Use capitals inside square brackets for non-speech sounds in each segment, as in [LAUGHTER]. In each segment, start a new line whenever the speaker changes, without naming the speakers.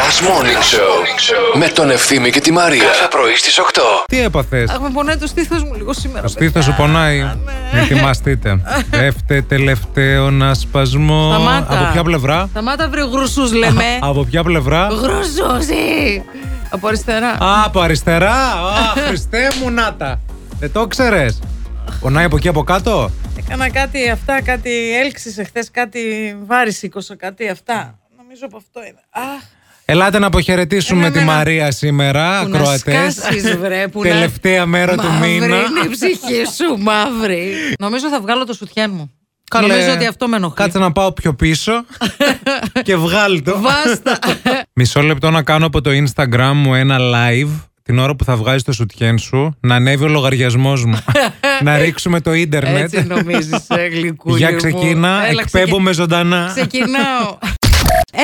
Last Morning Show με τον Ευθύμη και τη Μαρία. Κάθε πρωί στις 8.
Τι έπαθες.
Αχ, με πονάει το στήθος μου λίγο σήμερα.
Το στήθος σου πονάει.
[LAUGHS]
Ετοιμαστείτε. Έφτε τελευταίο να σπασμό.
Σταμάτα. Ε.
Από ποια πλευρά.
Σταμάτα βρε γρουσούς λέμε.
Από ποια πλευρά.
Γρουσούζι! Από αριστερά.
Α, από αριστερά.
[LAUGHS]
Α, Χριστέ μου, να τα. Δεν το ξέρες. Πονάει από εκεί από κάτω.
Έκανα κάτι αυτά, κάτι έλξης εχθές, κάτι βάρης σήκωσα, κάτι αυτά. Νομίζω από αυτό είναι. Αχ.
Ελάτε να αποχαιρετήσουμε
Ένα,
τη
ένα.
Μαρία σήμερα,
ναι, Που να
ακροατές.
σκάσεις, βρε, που να-
Τελευταία μέρα του
μαύρη
μήνα.
είναι η ψυχή σου, μαύρη. Νομίζω θα βγάλω το σουτιέν μου.
Καλέ,
Νομίζω ότι αυτό με ενοχλεί.
Κάτσε να πάω πιο
[LAUGHS]
πίσω και βγάλει το.
Βάστα.
[LAUGHS] Μισό λεπτό να κάνω από το Instagram μου ένα live την ώρα που θα βγάζεις το σουτιέν σου, να ανέβει ο λογαριασμός
[LAUGHS]
μου. να ρίξουμε το ίντερνετ.
Έτσι νομίζεις, ε, γλυκούλη
Για
μου.
ξεκίνα,
Έλα,
εκπέμπω με ζωντανά.
Ξεκινάω.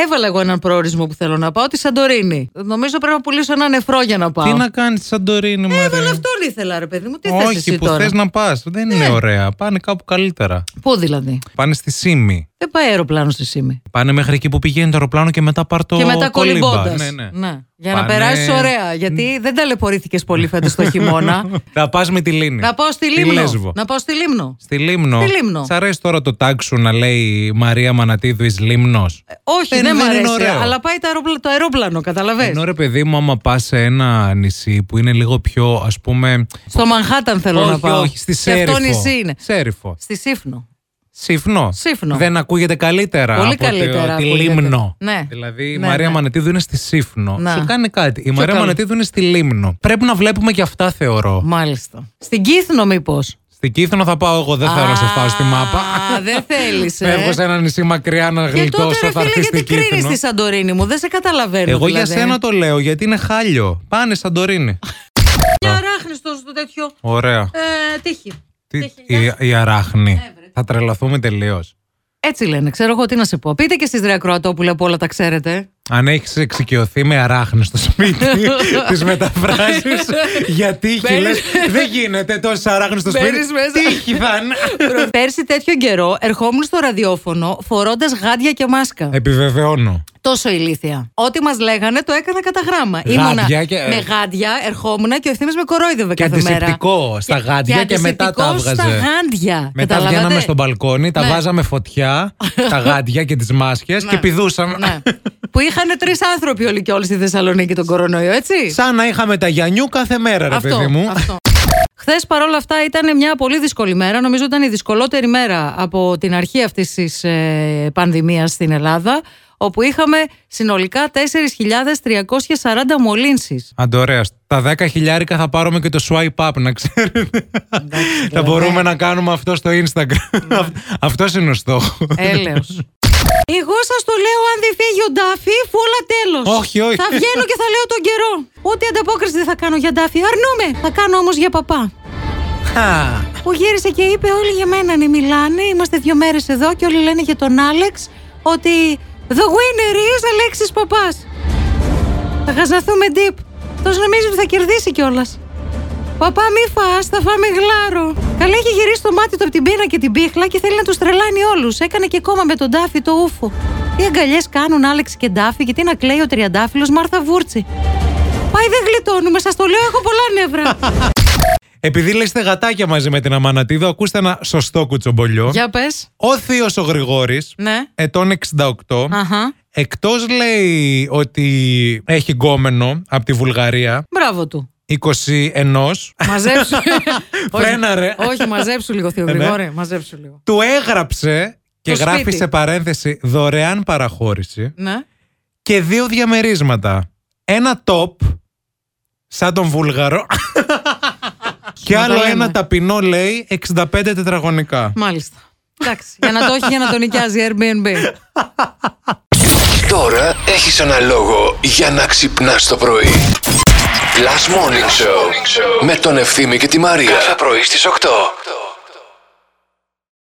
Έβαλα εγώ έναν προορισμό που θέλω να πάω, τη Σαντορίνη. Νομίζω πρέπει να πουλήσω ένα νεφρό για να πάω.
Τι να κάνεις, Σαντορίνη, Μαρία.
Έβαλα αυτόν ήθελα, ρε παιδί μου. Ε, Τι θες
Όχι,
εσύ
που
τώρα. Ναι.
θες να πας. Δεν είναι ωραία. Πάνε κάπου καλύτερα.
Πού δηλαδή.
Πάνε στη Σίμη.
Δεν πάει αεροπλάνο στη Σίμη.
Πάνε μέχρι εκεί που πηγαίνει το αεροπλάνο και μετά πάρ το
και μετά
κολύμπας.
κολυμπώντας.
Ναι, ναι.
Για να
Πάνε-
περάσεις ωραία. Γιατί δεν ταλαιπωρήθηκες πολύ φέτος
[LAUGHS]
το χειμώνα.
Θα πας με τη Λίμνη.
να πάω στη
Τη
Λίμνο.
Λέσβο.
Να πάω στη Λίμνο.
Στη Λίμνο.
Στη Λίμνο.
Σ' αρέσει τώρα το τάξου να λέει Μαρία Μανατίδου εις Λίμνος.
Όχι,
Δεν-
δεν, μ'
δεν είναι
αρέσει.
ωραίο.
Αλλά πάει το αεροπλάνο, το αεροπλάνο καταλαβες.
Ενώ ρε παιδί μου άμα πας σε ένα νησί που είναι λίγο πιο ας πούμε...
Στο Μανχάταν θέλω
όχι,
να πάω.
όχι, στη
Και
Σέριφο.
αυτό νησί είναι.
Σέριφο.
Στη Σύφνο.
Σύφνο.
Σύφνο.
Δεν ακούγεται καλύτερα
Πολύ
από
καλύτερα
τη, τη
ακούγεται.
Λίμνο.
Ναι.
Δηλαδή η
Ναι,
Μαρία
ναι.
Μανατίδου είναι στη Σύφνο.
Να.
Σου κάνει κάτι. Η Μαρία
καλό.
Μανατίδου είναι στη Λίμνο. Πρέπει να βλέπουμε και αυτά θεωρώ.
Μάλιστα. Στην Κύθνο, μήπως.
Στην Κύθνο θα πάω εγώ, δεν θέλω να σε φάω στη μάπα.
Α, δεν θέλεις.
Φεύγω σε ένα νησί μακριά να
Και τότε,
γλιτώσω,
ρε
θα
φίλε,
έρθεις
γιατί
στην
κρίνει
Κύθνο.
τη Σαντορίνη μου. Δεν σε καταλαβαίνω.
Εγώ για
δηλαδή.
σένα το λέω γιατί είναι χάλιο. Πάνε Σαντορίνη.
Μια ράχνη στο, στο τέτοιο. [LAUGHS]
Ωραία.
Ε, τύχη.
Τι, η, η αράχνη.
Ε,
Θα τρελαθούμε τελείως.
Έτσι λένε. Ξέρω εγώ τι να σε πω. Πείτε και εσεί, Ρε Ακροατόπουλε, που όλα τα ξέρετε.
Αν έχεις εξοικειωθεί με αράχνη στο σπίτι,
[LAUGHS]
τις μεταφράσεις. γιατί
Μπαίνεις-
τύχη λες, Δεν γίνεται τόσες αράχνες στο σπίτι.
Μπαίνεις μέσα.
Τύχη θα είναι.
Πέρσι τέτοιο καιρό ερχόμουν στο ραδιόφωνο φορώντας γάντια και μάσκα.
Ε- Επιβεβαιώνω.
Τόσο ηλίθεια. Ό,τι μας λέγανε το έκανα κατά γραμμα
Γάντια και-
με γάντια, ερχόμουν και ο ευθύνη με κορόιδευε
Και
κάθε μέρα.
αντισηπτικό στα γάντια και μετά τα
αντισηπτικό
έβγαζε.
Στα γάντια.
Μετά
Καταλάβατε?
βγαίναμε στο μπαλκόνι, τα
Ναι.
βάζαμε φωτιά,
[LAUGHS]
τα γάντια και τις μάσκες και
Ναι.
πηδούσαμε.
Ναι. που είχαν τρεις άνθρωποι όλοι και όλοι στη Θεσσαλονίκη τον κορονοϊό, έτσι.
Σαν να είχαμε τα γιανιού κάθε μέρα, ρε παιδί μου.
αυτό. Χθες παρόλα αυτά ήταν μια πολύ δύσκολη μέρα. Νομίζω ήταν η δυσκολότερη μέρα από την αρχή αυτής της ε, πανδημίας στην Ελλάδα. Όπου είχαμε συνολικά 4.340 μολύνσει.
Αντορέας. Τα 10 χιλιάρικα θα πάρουμε και το swipe up, να ξέρετε. θα μπορούμε να κάνουμε αυτό στο
Ναι.
Instagram. αυτό είναι ο στόχος.
Έλεος. Εγώ σας το λέω, αν δεν φύγει ο Ντάφη, φούλα τέλος.
Όχι, όχι.
Θα βγαίνω και θα λέω τον καιρό. Ό,τι ανταπόκριση δεν θα κάνω για Ντάφη. Αρνούμε. Θα κάνω όμως για παπά. που γύρισε και είπε όλοι για μένα ναι μιλάνε, είμαστε δύο μέρες εδώ και όλοι λένε για τον Άλεξ ότι the winner is Αλέξης Παπάς. Θα χαζαθούμε deep. Τόσο νομίζει ότι θα κερδίσει κιόλας. Παπά, μη φας, θα φάμε γλάρο. Καλά έχει γυρίσει το μάτι του από την πείνα και την πίχλα και θέλει να τους τρελάνει όλους. Έκανε και κόμμα με τον Τάφι το ούφο. Τι αγκαλιές κάνουν Άλεξ και Ντάφι και τι να κλαίει ο τριαντάφυλλος Μάρθα Βούρτσι. Πάει δεν γλιτώνουμε, σας το λέω, έχω πολλά νεύρα.
Επειδή λέστε γατάκια μαζί με την Αμανατίδο, ακούστε ένα σωστό κουτσομπολιό.
[LAUGHS] Για πες.
Ο Θείος ο Γρηγόρης,
Ναι.
ετών 68,
Αχα.
εκτός λέει ότι έχει γκόμενο από τη Βουλγαρία,
Μπράβο του.
21,
Μαζέψου.
Φρέναρε.
Όχι, όχι, μαζέψου λίγο, Θεό
Ναι.
Γρηγόρη. Μαζέψου λίγο.
του έγραψε και
Στο
γράφει
σπίτι.
σε παρένθεση δωρεάν παραχώρηση.
Ναι.
και δύο διαμερίσματα. Ένα top, σαν τον
[LAUGHS]
Βούλγαρο. και
Να τα
άλλο
λέμε.
ένα ταπεινό, λέει, 65 τετραγωνικά.
Μάλιστα. Εντάξει. Για να το έχει, για να το νοικιάζει η Airbnb.
Τώρα έχεις ένα λόγο για να ξυπνάς το πρωί. Last Morning Show με τον Ευθύμη και τη Μαρία. Κάθε πρωί στις 8.